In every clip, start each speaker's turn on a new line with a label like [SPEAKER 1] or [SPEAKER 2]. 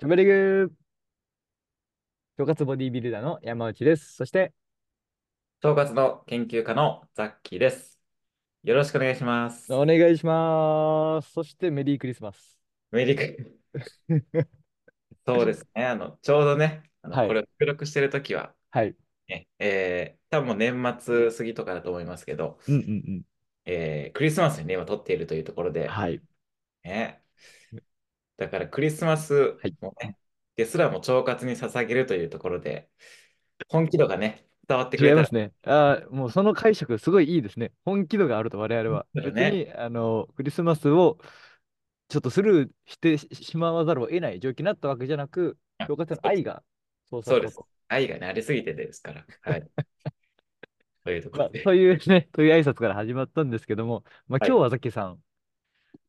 [SPEAKER 1] チョベリグ、腸活ボディビルダーの山内です。そして、
[SPEAKER 2] 統括の研究家のザッキーです。よろしくお願いします。
[SPEAKER 1] お願いします。そして、メリークリスマス。
[SPEAKER 2] メリーク。そうですね。あの、ちょうどね、あの、
[SPEAKER 1] は
[SPEAKER 2] こ
[SPEAKER 1] い、
[SPEAKER 2] れを収録してるときは、
[SPEAKER 1] はい。
[SPEAKER 2] ね、えー、多分もう年末過ぎとかだと思いますけど、
[SPEAKER 1] うんうんうん。
[SPEAKER 2] えー、クリスマスにね、今撮っているというところで、
[SPEAKER 1] はい。
[SPEAKER 2] ね、だからクリスマス
[SPEAKER 1] はい。
[SPEAKER 2] もね、ですらも腸活に捧げるというところで、本気度がね、伝わってく
[SPEAKER 1] 違い
[SPEAKER 2] れた
[SPEAKER 1] ま
[SPEAKER 2] ら、
[SPEAKER 1] すね。ああ、もうその解釈、すごいいいですね。本気度があると、我々は。
[SPEAKER 2] だよ
[SPEAKER 1] 別
[SPEAKER 2] ね、
[SPEAKER 1] に、あの、クリスマスをちょっとスルーしてししまわざるを得ない状況になったわけじゃなく、
[SPEAKER 2] あ
[SPEAKER 1] 腸活の
[SPEAKER 2] そう
[SPEAKER 1] 愛がそうさ
[SPEAKER 2] そ
[SPEAKER 1] せ
[SPEAKER 2] うで
[SPEAKER 1] た
[SPEAKER 2] す。
[SPEAKER 1] と。
[SPEAKER 2] 愛がね、ありすぎてですから、はい、 というとこ
[SPEAKER 1] ま
[SPEAKER 2] ろ
[SPEAKER 1] あ、そう
[SPEAKER 2] で、
[SPEAKER 1] いうね、 そういう挨拶から始まったんですけども、まあ、
[SPEAKER 2] は
[SPEAKER 1] 今日
[SPEAKER 2] い。
[SPEAKER 1] はザッキーさん、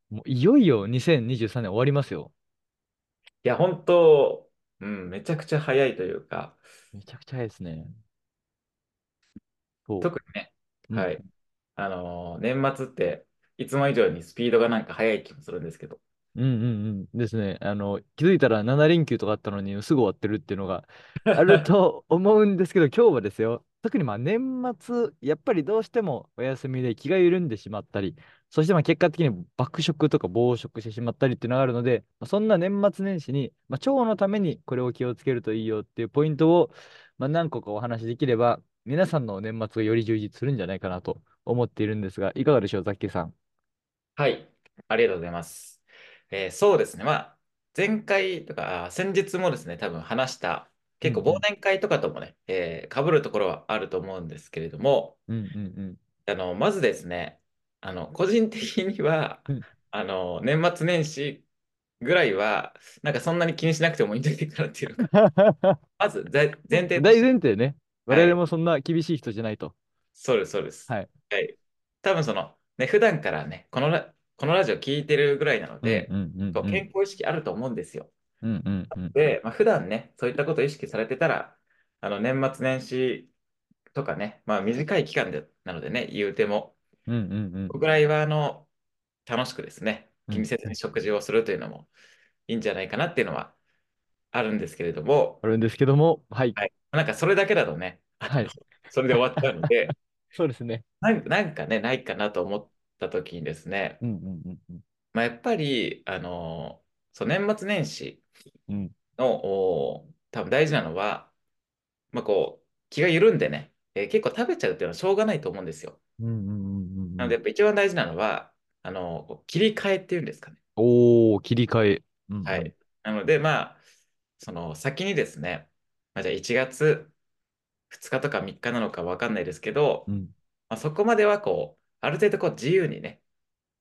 [SPEAKER 1] もういよいよ2023年終わりますよ。
[SPEAKER 2] いや、本当、うん、めちゃくちゃ早いというか、
[SPEAKER 1] めちゃくちゃ早いですね。そ
[SPEAKER 2] 特にね、
[SPEAKER 1] う。うん。
[SPEAKER 2] はい、あのー年末っていつも以上にスピードがなんか速い気もするんですけど、
[SPEAKER 1] うんうんうん。ですね。あの、気づいたら7連休とかあったのにすぐ終わってるっていうのがあると思うんですけど、今日はですよ。特にまあ年末、やっぱりどうしてもお休みで気が緩んでしまったり、そしてまあ結果的に爆食とか暴食してしまったりっていうのがあるので、まあそんな年末年始に、まあ、腸のためにこれを気をつけるといいよっていうポイントを、まあ、何個かお話しできれば、皆さんの年末がより充実するんじゃないかなと思っているんですが、いかがでしょう、ザッキーさん。
[SPEAKER 2] はい、ありがとうございます。えーそうですね、まあ、前回とか、あー先日もですね、多分話した、
[SPEAKER 1] う
[SPEAKER 2] 結
[SPEAKER 1] ん
[SPEAKER 2] 構
[SPEAKER 1] う
[SPEAKER 2] 忘
[SPEAKER 1] ん。
[SPEAKER 2] 年会とかともね、えー、被るところはあると思うんですけれども、
[SPEAKER 1] うんうんうん。
[SPEAKER 2] あの、まずですね、あの、個人的には、
[SPEAKER 1] うん
[SPEAKER 2] あの、年末年始ぐらいは、なんかそんなに気にしなくてもいいんじゃないかなっていうのが、まず前前提と
[SPEAKER 1] 大
[SPEAKER 2] して、
[SPEAKER 1] 前提ね。我
[SPEAKER 2] は
[SPEAKER 1] 々
[SPEAKER 2] い、
[SPEAKER 1] もそんな厳しい人じゃないと。
[SPEAKER 2] そうです、そうです。
[SPEAKER 1] はい。
[SPEAKER 2] はい。多分その、ね、普段からね、このラ、このラジオ聞いてるぐらいなの
[SPEAKER 1] うん
[SPEAKER 2] で、
[SPEAKER 1] うんう
[SPEAKER 2] こ
[SPEAKER 1] ん
[SPEAKER 2] う
[SPEAKER 1] う
[SPEAKER 2] 健
[SPEAKER 1] ん。
[SPEAKER 2] 康意識あると思うんですよ。
[SPEAKER 1] うんうんうん。
[SPEAKER 2] で、まあ、普段ね、そういったことを意識されてたら、あの、年末年始とかね、まあ短い期間で、なのでね、言うても、
[SPEAKER 1] うんうんうん。
[SPEAKER 2] ぐらいは、あの、楽しくですね、
[SPEAKER 1] う
[SPEAKER 2] 気に
[SPEAKER 1] ん
[SPEAKER 2] せずに食事をするというのもいいんじゃないかなっていうのはあるんですけれども、
[SPEAKER 1] あるんですけども、はい。
[SPEAKER 2] はい。なんかそれだけだとね、あ
[SPEAKER 1] は
[SPEAKER 2] の、
[SPEAKER 1] い。
[SPEAKER 2] それで終わっちゃうので、
[SPEAKER 1] そうですね。
[SPEAKER 2] なんなんかね、ないかなと思った時にですね、
[SPEAKER 1] うんうんうん
[SPEAKER 2] まあ、やっぱり、あのそう、年末年始
[SPEAKER 1] うん。
[SPEAKER 2] の、お多分大事なのは、まあ、こう、気が緩んでね、えー結構食べちゃうっていうのはしょうがないと思うんですよ。
[SPEAKER 1] うんうんうんうんう
[SPEAKER 2] なの
[SPEAKER 1] ん。
[SPEAKER 2] で、やっぱ一番大事なのは、あのこう切り替えっていうんですかね。
[SPEAKER 1] おー、切り替え。うん
[SPEAKER 2] は
[SPEAKER 1] うん。
[SPEAKER 2] い。なので、まあ、その先にですね、まあ、じゃあ1月2日とか3日なのかわかんないですけど、
[SPEAKER 1] うん。
[SPEAKER 2] まあ、そこまではこう、ある程度こう自由にね、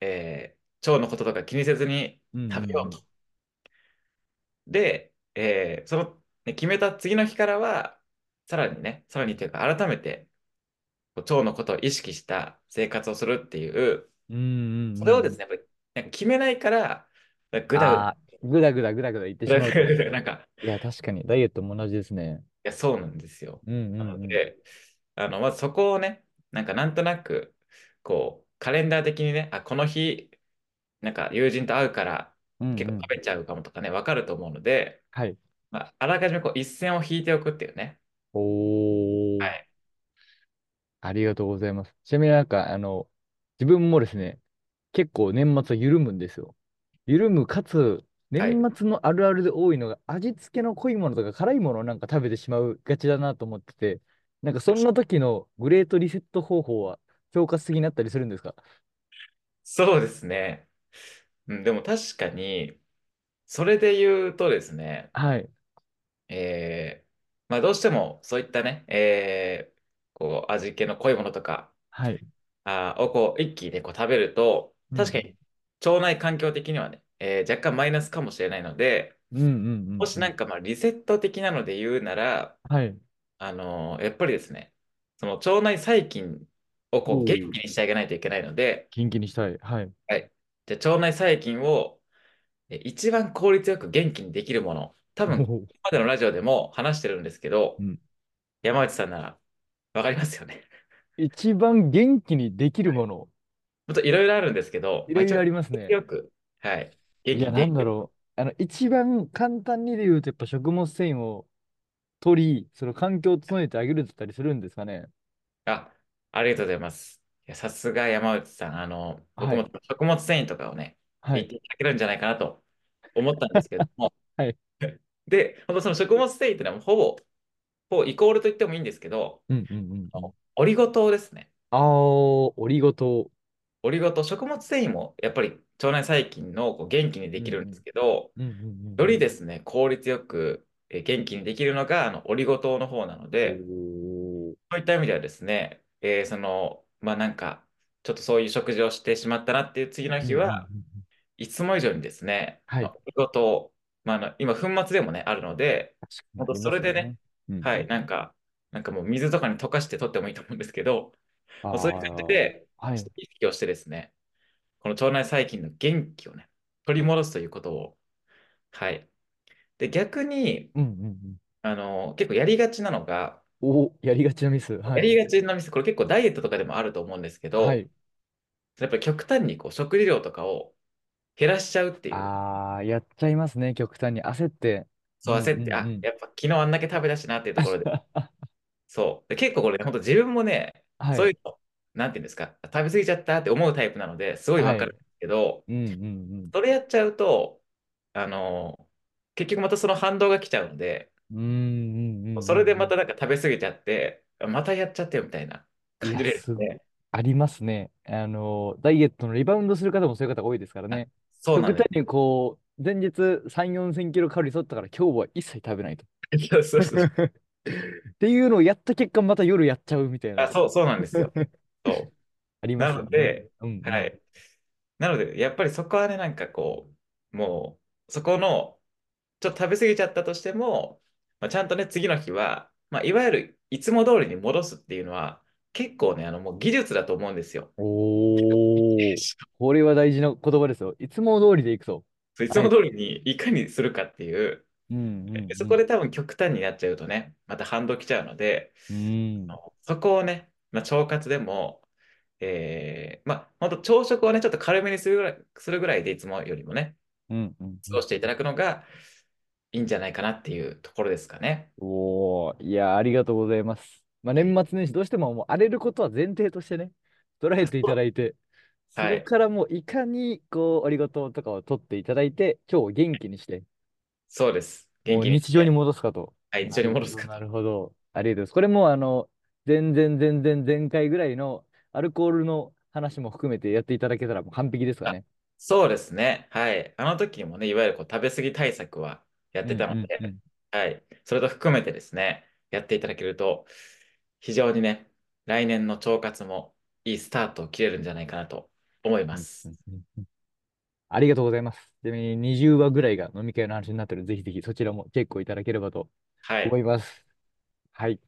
[SPEAKER 2] えー腸のこととか気にせずに
[SPEAKER 1] うんうん
[SPEAKER 2] 食べよう
[SPEAKER 1] うん。
[SPEAKER 2] と。で、えーその、ね、決めた次の日からは、さらにね、さらにというか、改めてこう腸のことを意識した生活をするっていう、
[SPEAKER 1] うんうん
[SPEAKER 2] そうれを
[SPEAKER 1] んう
[SPEAKER 2] です
[SPEAKER 1] ん。
[SPEAKER 2] ね、やっぱりなんか決めないから、ぐだぐ
[SPEAKER 1] あー、ぐだぐだぐだぐだ言ってし
[SPEAKER 2] だ、
[SPEAKER 1] まう
[SPEAKER 2] ぐだ
[SPEAKER 1] と。
[SPEAKER 2] ぐだ、 なんか、
[SPEAKER 1] いや、確かに、ダイエットも同じですね。
[SPEAKER 2] いや、そうなんですよ。
[SPEAKER 1] うん
[SPEAKER 2] な
[SPEAKER 1] う
[SPEAKER 2] の
[SPEAKER 1] んうん。
[SPEAKER 2] で、あの、まずそこをね、なんかなんとなく、こう、カレンダー的にね、あ、この日、なんか友人と会うから、
[SPEAKER 1] うん
[SPEAKER 2] 結
[SPEAKER 1] う
[SPEAKER 2] 構
[SPEAKER 1] ん。
[SPEAKER 2] 食べちゃうかもとかね、わかると思うので、
[SPEAKER 1] はい。
[SPEAKER 2] まあ、あらかじめこう一線を引いておくっていうね。は
[SPEAKER 1] おー。
[SPEAKER 2] い。
[SPEAKER 1] ありがとうございます。ちなみになんか、あの、自分もですね、結構年末は緩むんですよ。緩むかつ、
[SPEAKER 2] はい。
[SPEAKER 1] 年末のあるあるで多いのが、味付けの濃いものとか辛いものをなんか食べてしまうがちだなと思ってて、なんかそんな時のグレートリセット方法は、評価すぎになったりするんですか
[SPEAKER 2] そうですね。うん、でも確かに、それで言うとですね、
[SPEAKER 1] はい。
[SPEAKER 2] えーまあ、どうしてもそういったね、えーこう味気の濃いものとか
[SPEAKER 1] はい。
[SPEAKER 2] あーをこう一気にねこう食べると、
[SPEAKER 1] う
[SPEAKER 2] 確か
[SPEAKER 1] ん。
[SPEAKER 2] に腸内環境的にはね、えー若干マイナスかもしれないので、
[SPEAKER 1] うんうん
[SPEAKER 2] も
[SPEAKER 1] う
[SPEAKER 2] し
[SPEAKER 1] んう
[SPEAKER 2] なん
[SPEAKER 1] ん。
[SPEAKER 2] かまあリセット的なので言うなら、
[SPEAKER 1] はい。
[SPEAKER 2] あのーやっぱりですね、その腸内細菌をこう元
[SPEAKER 1] おう。
[SPEAKER 2] 気にしてあげないといけないので、
[SPEAKER 1] 元気にしたい。はい。
[SPEAKER 2] はい、じゃあ腸内細菌をえ一番効率よく元気にできるもの、多分
[SPEAKER 1] おう。
[SPEAKER 2] 今までのラジオでも話してるんですけど、
[SPEAKER 1] うん。
[SPEAKER 2] 山内さんならわかりますよね。
[SPEAKER 1] 一番元気にできる
[SPEAKER 2] はい
[SPEAKER 1] もの。
[SPEAKER 2] もっといろいろあるんですけど、
[SPEAKER 1] い
[SPEAKER 2] ま
[SPEAKER 1] ろ
[SPEAKER 2] あ、
[SPEAKER 1] い
[SPEAKER 2] 一
[SPEAKER 1] ろ
[SPEAKER 2] 応、
[SPEAKER 1] ありますね。
[SPEAKER 2] よく、はい、元
[SPEAKER 1] い
[SPEAKER 2] 気
[SPEAKER 1] や、な
[SPEAKER 2] にで
[SPEAKER 1] ん
[SPEAKER 2] き
[SPEAKER 1] だ
[SPEAKER 2] る。
[SPEAKER 1] ろう。あの、一番簡単にで言うと、やっぱ食物繊維を取り、その環境を整えてあげるだったりするんですかね。
[SPEAKER 2] あ、ありがとうございます。いや、さすが山内さん。あの、僕
[SPEAKER 1] は
[SPEAKER 2] も
[SPEAKER 1] い。
[SPEAKER 2] 食物繊維とかをね、
[SPEAKER 1] は
[SPEAKER 2] 言っ
[SPEAKER 1] い。
[SPEAKER 2] ていただけるんじゃないかなと思ったんですけれども、
[SPEAKER 1] はい。
[SPEAKER 2] で、本当その食物繊維ってのはもうほぼ、ほぼイコールと言ってもいいんですけど、
[SPEAKER 1] うんうんうん
[SPEAKER 2] あ
[SPEAKER 1] うん。
[SPEAKER 2] のオリゴ糖ですね。
[SPEAKER 1] あー、オリゴ糖。
[SPEAKER 2] オリゴ糖、食物繊維もやっぱり腸内細菌のこう元気にで
[SPEAKER 1] うん
[SPEAKER 2] き
[SPEAKER 1] う
[SPEAKER 2] るんで
[SPEAKER 1] ん。
[SPEAKER 2] すけど、
[SPEAKER 1] うんうんうん
[SPEAKER 2] よ
[SPEAKER 1] う
[SPEAKER 2] り
[SPEAKER 1] ん。
[SPEAKER 2] ですね、効率よくえー元気にできるのがあのオリゴ糖の方なので、
[SPEAKER 1] おー。
[SPEAKER 2] そういった意味ではですね、えーその、まあなんか、ちょっとそういう食事をしてしまったなっていう次の
[SPEAKER 1] うんう
[SPEAKER 2] 日
[SPEAKER 1] んうんう
[SPEAKER 2] は、
[SPEAKER 1] ん。
[SPEAKER 2] いつも以上にですね、
[SPEAKER 1] は
[SPEAKER 2] まあ
[SPEAKER 1] い。
[SPEAKER 2] オリゴ糖、まあ、あの今、粉末でもね、あるので、
[SPEAKER 1] 確かに
[SPEAKER 2] 本
[SPEAKER 1] あ
[SPEAKER 2] 当
[SPEAKER 1] り
[SPEAKER 2] そ
[SPEAKER 1] ま
[SPEAKER 2] れ
[SPEAKER 1] す
[SPEAKER 2] でね、
[SPEAKER 1] ね。うん
[SPEAKER 2] は
[SPEAKER 1] う
[SPEAKER 2] い、
[SPEAKER 1] ん
[SPEAKER 2] な
[SPEAKER 1] うんん。
[SPEAKER 2] か、なんかもう水とかに溶かして取ってもいいと思うんですけど、まあ、そういう感じ
[SPEAKER 1] あ
[SPEAKER 2] で、
[SPEAKER 1] あ、は
[SPEAKER 2] ちょっ
[SPEAKER 1] い。
[SPEAKER 2] と意識をしてですね、この腸内細菌の元気をね、取り戻すということを、はい。で、逆に、
[SPEAKER 1] うんうんうん。
[SPEAKER 2] あの、結構やりがちなのが、
[SPEAKER 1] お、やりがちなミス。は
[SPEAKER 2] や
[SPEAKER 1] い。
[SPEAKER 2] りがちなミス、これ結構ダイエットとかでもあると思うんですけ
[SPEAKER 1] は
[SPEAKER 2] ど、
[SPEAKER 1] い。
[SPEAKER 2] やっぱり極端にこう食事量とかを減らしちゃうっていう、
[SPEAKER 1] ああ、やっちゃいますね、極端に。焦って。う
[SPEAKER 2] そうん焦
[SPEAKER 1] う
[SPEAKER 2] って、
[SPEAKER 1] んう
[SPEAKER 2] あ、
[SPEAKER 1] ん。
[SPEAKER 2] やっぱ昨日あんだけ食べたしなっていうところで、 そう。で、結構これね、本当自分もね、
[SPEAKER 1] は
[SPEAKER 2] そう
[SPEAKER 1] い。
[SPEAKER 2] いうの、なんていうんですか、食べ過ぎちゃったって思うタイプなので、すごいわ
[SPEAKER 1] は
[SPEAKER 2] か
[SPEAKER 1] い。
[SPEAKER 2] るんですけど、
[SPEAKER 1] うんうんうん。
[SPEAKER 2] それやっちゃうと、あの、結局またその反動が来ちゃうので、
[SPEAKER 1] うんうんうん
[SPEAKER 2] それで
[SPEAKER 1] うんう
[SPEAKER 2] ま
[SPEAKER 1] ん。
[SPEAKER 2] たなんか食べ過ぎちゃって、またやっちゃってよみたいない感
[SPEAKER 1] や、
[SPEAKER 2] じです
[SPEAKER 1] す、
[SPEAKER 2] ね。
[SPEAKER 1] ありますね。あの、ダイエットのリバウンドする方もそういう方が多いですから
[SPEAKER 2] あ、
[SPEAKER 1] ね。
[SPEAKER 2] そうな
[SPEAKER 1] 極
[SPEAKER 2] んで
[SPEAKER 1] 端にこう、前日3、4千キロカロリー取ったから今日は一切食べないと。
[SPEAKER 2] す。そうそうそう。
[SPEAKER 1] っていうのをやった結果、また夜やっちゃうみたい
[SPEAKER 2] あ、
[SPEAKER 1] な。
[SPEAKER 2] そう、そうなんで すよ。そう。
[SPEAKER 1] ありま
[SPEAKER 2] な
[SPEAKER 1] すよ
[SPEAKER 2] の
[SPEAKER 1] ね。
[SPEAKER 2] で、
[SPEAKER 1] うんう
[SPEAKER 2] は
[SPEAKER 1] ん。
[SPEAKER 2] い。なので、やっぱりそこはね、なんかこう、もう、そこの、ちょっと食べ過ぎちゃったとしても、まあ、ちゃんとね、次の日は、まあ、いわゆるいつも通りに戻すっていうのは、結構ね、あの、もう技術だと思うんですよ。
[SPEAKER 1] おー、これは大事な言葉ですよ。いつも通りでいくぞ。
[SPEAKER 2] そういつ
[SPEAKER 1] は
[SPEAKER 2] も
[SPEAKER 1] い。
[SPEAKER 2] 通りにいかにするかっていう、
[SPEAKER 1] うんう
[SPEAKER 2] でそこ
[SPEAKER 1] ん
[SPEAKER 2] で多分極端になっちゃうとね、また反動来ちゃうので、
[SPEAKER 1] うん。う
[SPEAKER 2] あ
[SPEAKER 1] ん。
[SPEAKER 2] のそこをね、まあ、腸活でも、えーまあ、本当朝食をね、ちょっと軽めにするぐらい、するぐらいでいつもよりもね、
[SPEAKER 1] うんうんう
[SPEAKER 2] 過ご
[SPEAKER 1] ん。
[SPEAKER 2] していただくのがいいんじゃないかなっていうところですかね。
[SPEAKER 1] おお、いやー、ありがとうございます。まあ、
[SPEAKER 2] う
[SPEAKER 1] 年
[SPEAKER 2] ん
[SPEAKER 1] 末年始、どうしてももう荒れることは前提としてね、捉えていただいて、そ
[SPEAKER 2] は
[SPEAKER 1] こ
[SPEAKER 2] い。
[SPEAKER 1] からもういかに、こう、ありがとうとかを取っていただいて、今日を元気にして、
[SPEAKER 2] そうです。元
[SPEAKER 1] もう
[SPEAKER 2] 気にし
[SPEAKER 1] 日常に
[SPEAKER 2] て、
[SPEAKER 1] 戻すかと。
[SPEAKER 2] はい、一
[SPEAKER 1] な
[SPEAKER 2] 緒に
[SPEAKER 1] る
[SPEAKER 2] 戻
[SPEAKER 1] ほ
[SPEAKER 2] す
[SPEAKER 1] ど、
[SPEAKER 2] か
[SPEAKER 1] な
[SPEAKER 2] と。
[SPEAKER 1] るほど。ありがとうございます。これも、あの、全然、全然、前回ぐらいのアルコールの話も含めてやっていただけたらもう完璧ですか
[SPEAKER 2] あ、
[SPEAKER 1] ね。
[SPEAKER 2] そうですね。はい。あの時もね、いわゆるこう食べ過ぎ対策はやっ
[SPEAKER 1] う
[SPEAKER 2] て
[SPEAKER 1] ん
[SPEAKER 2] たの
[SPEAKER 1] うんう
[SPEAKER 2] で、
[SPEAKER 1] ん。
[SPEAKER 2] はい。それと含めてですね、やっていただけると、非常にね、来年の腸活もいいスタートを切れるんじゃないかなと思いま
[SPEAKER 1] うんう
[SPEAKER 2] す。
[SPEAKER 1] んうんうんありがとうございます。ちなみに20話ぐらいが飲み会の話になってるので、ぜひぜひそちらもチェックをいただければと
[SPEAKER 2] は
[SPEAKER 1] 思
[SPEAKER 2] い。
[SPEAKER 1] います。はい。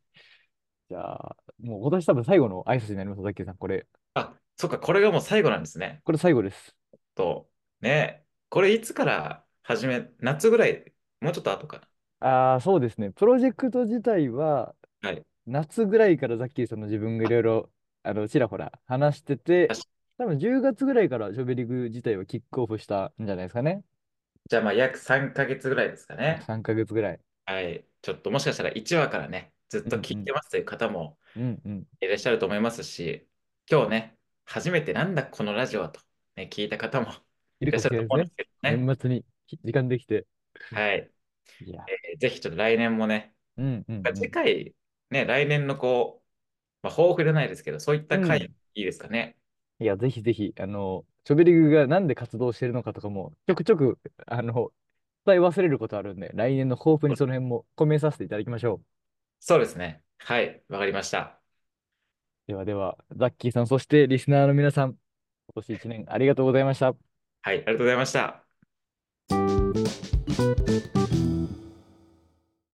[SPEAKER 1] じゃあ、もう今年多分最後の挨拶になります、ザッキーさん。これ、
[SPEAKER 2] あ、そっか、これがもう最後なんですね。
[SPEAKER 1] これ最後です。
[SPEAKER 2] と、ね、これいつから始め、夏ぐらい、もうちょっと後か
[SPEAKER 1] ああ、そうですね。プロジェクト自体は、
[SPEAKER 2] な。はい。
[SPEAKER 1] 夏ぐらいからザッキーさんの自分がい
[SPEAKER 2] あ、
[SPEAKER 1] ろいろ、あの、ちらほら話してて、
[SPEAKER 2] 確か
[SPEAKER 1] 多分10月ぐらいからジョベリグ自体はキックオフしたんじゃないですかね。
[SPEAKER 2] じゃあ、まあ、約3ヶ月ぐらいですかね。
[SPEAKER 1] 3ヶ月ぐらい。
[SPEAKER 2] はい、ちょっともしかしたら1話からね、ずっ
[SPEAKER 1] う
[SPEAKER 2] と
[SPEAKER 1] ん
[SPEAKER 2] 聞
[SPEAKER 1] う
[SPEAKER 2] い
[SPEAKER 1] ん。
[SPEAKER 2] てますという方も
[SPEAKER 1] うんうん。
[SPEAKER 2] いらっしゃると思いますし、今日ね、初めてなんだこのラジオはと、ね、聞いた方も
[SPEAKER 1] い
[SPEAKER 2] い
[SPEAKER 1] る
[SPEAKER 2] らっ
[SPEAKER 1] か
[SPEAKER 2] し
[SPEAKER 1] も
[SPEAKER 2] ゃ
[SPEAKER 1] し
[SPEAKER 2] る
[SPEAKER 1] れ
[SPEAKER 2] と
[SPEAKER 1] ないです
[SPEAKER 2] 思う
[SPEAKER 1] ね。年
[SPEAKER 2] んですけどね。
[SPEAKER 1] 末にき時間できて。
[SPEAKER 2] はい、
[SPEAKER 1] いや。
[SPEAKER 2] えーぜひちょっと来年もね、
[SPEAKER 1] うんうんう
[SPEAKER 2] 次
[SPEAKER 1] ん。
[SPEAKER 2] 回、ね、来年のこう、まあ、抱負じゃないですけど、そうい
[SPEAKER 1] う
[SPEAKER 2] った回、
[SPEAKER 1] ん。
[SPEAKER 2] いいですかね。
[SPEAKER 1] いや、ぜひぜひ、あの、チョベリグがなんで活動してるのかとかも、ちょくちょく、あの、伝え忘れることあるんで、来年の抱負にその辺も込めさせていただきましょう。
[SPEAKER 2] そうですね。はい、わかりました。
[SPEAKER 1] ではでは、ザッキーさん、そしてリスナーの皆さん、今年一年ありがとうございました。
[SPEAKER 2] はい、ありがとうございました。